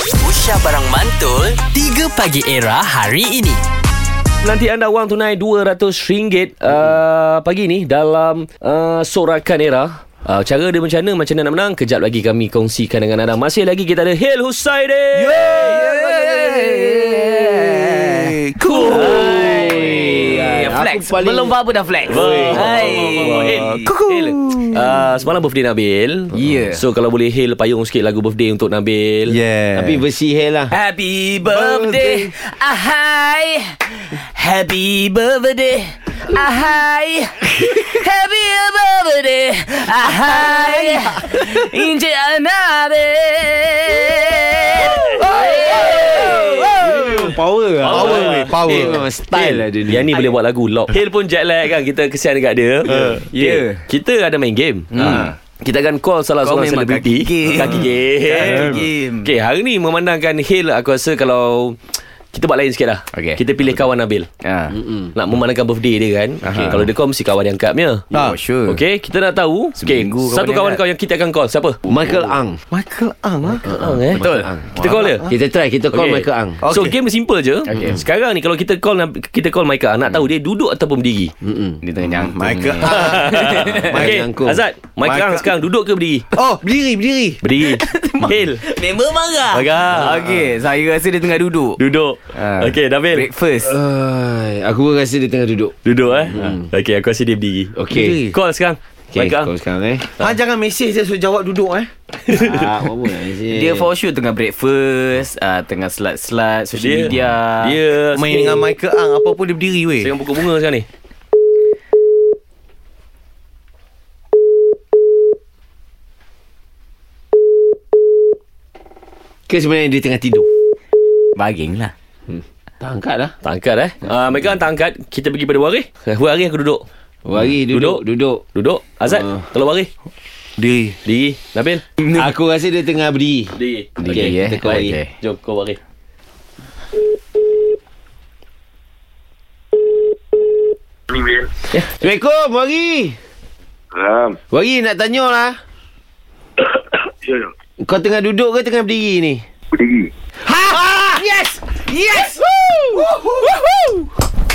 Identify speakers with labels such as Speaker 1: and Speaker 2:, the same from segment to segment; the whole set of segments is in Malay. Speaker 1: Aisyah Barang Mantul 3 Pagi Era hari ini
Speaker 2: Nanti anda wang tunai RM200 uh, pagi ni dalam uh, Sorakan Era. Uh, cara dia macam mana, macam mana nak menang, kejap lagi kami kongsikan dengan anda. Masih lagi kita ada Hil Husaini.
Speaker 3: Cool.
Speaker 2: Hai.
Speaker 4: Aku
Speaker 3: Flex.
Speaker 4: paling-
Speaker 3: Belum apa-apa dah flex.
Speaker 2: Hai.
Speaker 3: Kuku.
Speaker 2: Hil, uh, semalam birthday Nabil.
Speaker 3: Yeah.
Speaker 2: So kalau boleh Hil payung sikit lagu birthday untuk Nabil.
Speaker 4: Yeah. Tapi versi hair lah.
Speaker 3: Happy birthday. Ahai. Happy birthday. Ahai. Happy birthday. Ahai. Inje anabe.
Speaker 4: Power lah. Power. Power. Memang style lah dia ni.
Speaker 2: Ah, Eh, Yang ni boleh buat lagu lock Hil pun jet lag kan Kita kesian dekat dia uh,
Speaker 4: yeah.
Speaker 2: Kita ada main game hmm. Kita akan call salah
Speaker 3: Kau
Speaker 2: seorang
Speaker 3: memang
Speaker 2: selebriti
Speaker 3: kaki game.
Speaker 2: Kaki game
Speaker 3: Kaki game.
Speaker 2: Okay hari ni memandangkan Hil Aku rasa kalau Kita buat lain sikit lah
Speaker 3: Okay.
Speaker 2: Kita pilih kawan Nabil
Speaker 3: Ah.
Speaker 2: Mm. Nak memandangkan birthday dia kan okay. Kalau dia call mesti kawan yang angkatnya
Speaker 3: Oh, sure.
Speaker 2: Okay kita nak tahu okay,
Speaker 3: Seminggu kawan
Speaker 2: Satu
Speaker 3: yang
Speaker 2: kawan
Speaker 3: angkat.
Speaker 2: kau yang kita akan call Siapa?
Speaker 4: Michael Ang.
Speaker 2: Michael Ang Michael Ang eh
Speaker 3: Betul.
Speaker 2: Kita call dia
Speaker 4: Kita try. Kita call
Speaker 2: Okay.
Speaker 4: Michael Ang.
Speaker 2: So game simple je. Okay. Sekarang ni kalau kita call kita call Maika nak
Speaker 4: Hmm.
Speaker 2: tahu dia duduk ataupun berdiri.
Speaker 3: Dia tengah nyangkut. Michael.
Speaker 2: Okey.
Speaker 4: nyangkung.
Speaker 2: Azad, Maika Ang sekarang duduk ke berdiri?
Speaker 4: Oh, berdiri, berdiri.
Speaker 2: Berdiri. Hil.
Speaker 3: Member marah.
Speaker 2: Agak.
Speaker 3: Okey,
Speaker 5: Ah.
Speaker 3: saya rasa dia tengah duduk.
Speaker 2: Duduk.
Speaker 4: Ha.
Speaker 3: Ah.
Speaker 2: Okey, Nabil.
Speaker 3: Breakfast.
Speaker 4: Ay, aku pun rasa dia tengah duduk.
Speaker 2: Duduk eh. Okey, aku rasa dia berdiri.
Speaker 4: Okey.
Speaker 2: Call sekarang.
Speaker 4: Hmm. Okay,
Speaker 2: Maika Ang.
Speaker 4: kau sekarang eh.
Speaker 5: Ha, jangan mesej je suruh jawab duduk eh.
Speaker 4: Ah, apa pun.
Speaker 3: Dia for sure tengah breakfast, uh, tengah slut-slut, social media.
Speaker 2: Dia
Speaker 5: Main dengan Michael Ang apa pun dia berdiri weh.
Speaker 2: Dengan pokok bunga sekarang ni.
Speaker 4: Ke sebenarnya dia tengah tidur.
Speaker 3: Bagging lah.
Speaker 4: Tak angkat lah.
Speaker 2: Tak angkat eh. Ah, Maika Ang tak angkat. Kita pergi pada Wari. Wari aku duduk.
Speaker 4: Wari duduk, duduk.
Speaker 2: Duduk. Azad,
Speaker 4: Ah.
Speaker 2: kalau Wari.
Speaker 5: Diri.
Speaker 2: Berdiri. Nabil.
Speaker 4: Aku rasa dia tengah berdiri.
Speaker 2: Berdiri.
Speaker 4: Okey,
Speaker 3: Berdiri, eh.
Speaker 4: kita call Wari.
Speaker 3: Okey.
Speaker 2: Jom kau Wari.
Speaker 4: Assalamualaikum, Wari.
Speaker 6: Faham.
Speaker 4: Wari nak tanya lah.
Speaker 6: Ya, ya.
Speaker 4: Kau tengah duduk ke tengah berdiri ni?
Speaker 6: Berdiri.
Speaker 4: Ha! Ah! Yes! Yes! Woo!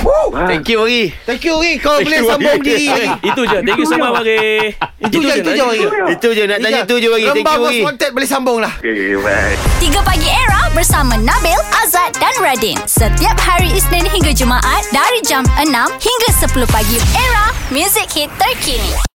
Speaker 4: Woo! Thank you, Wari.
Speaker 5: Thank you weh kau boleh sambung diri ni.
Speaker 2: Itu je. Thank you so much Wari.
Speaker 5: Itu je itu je weh.
Speaker 4: Itu je nak tanya tu je, Wari. Thank
Speaker 5: Lembah
Speaker 4: you,
Speaker 5: bos
Speaker 4: Wari.
Speaker 5: kontak boleh sambung lah.
Speaker 6: Okay, bye.
Speaker 7: 3 Pagi Era bersama Nabil, Azad dan Radin. Setiap hari Isnin hingga Jumaat dari jam 6 hingga 10 pagi. Era, music hit terkini.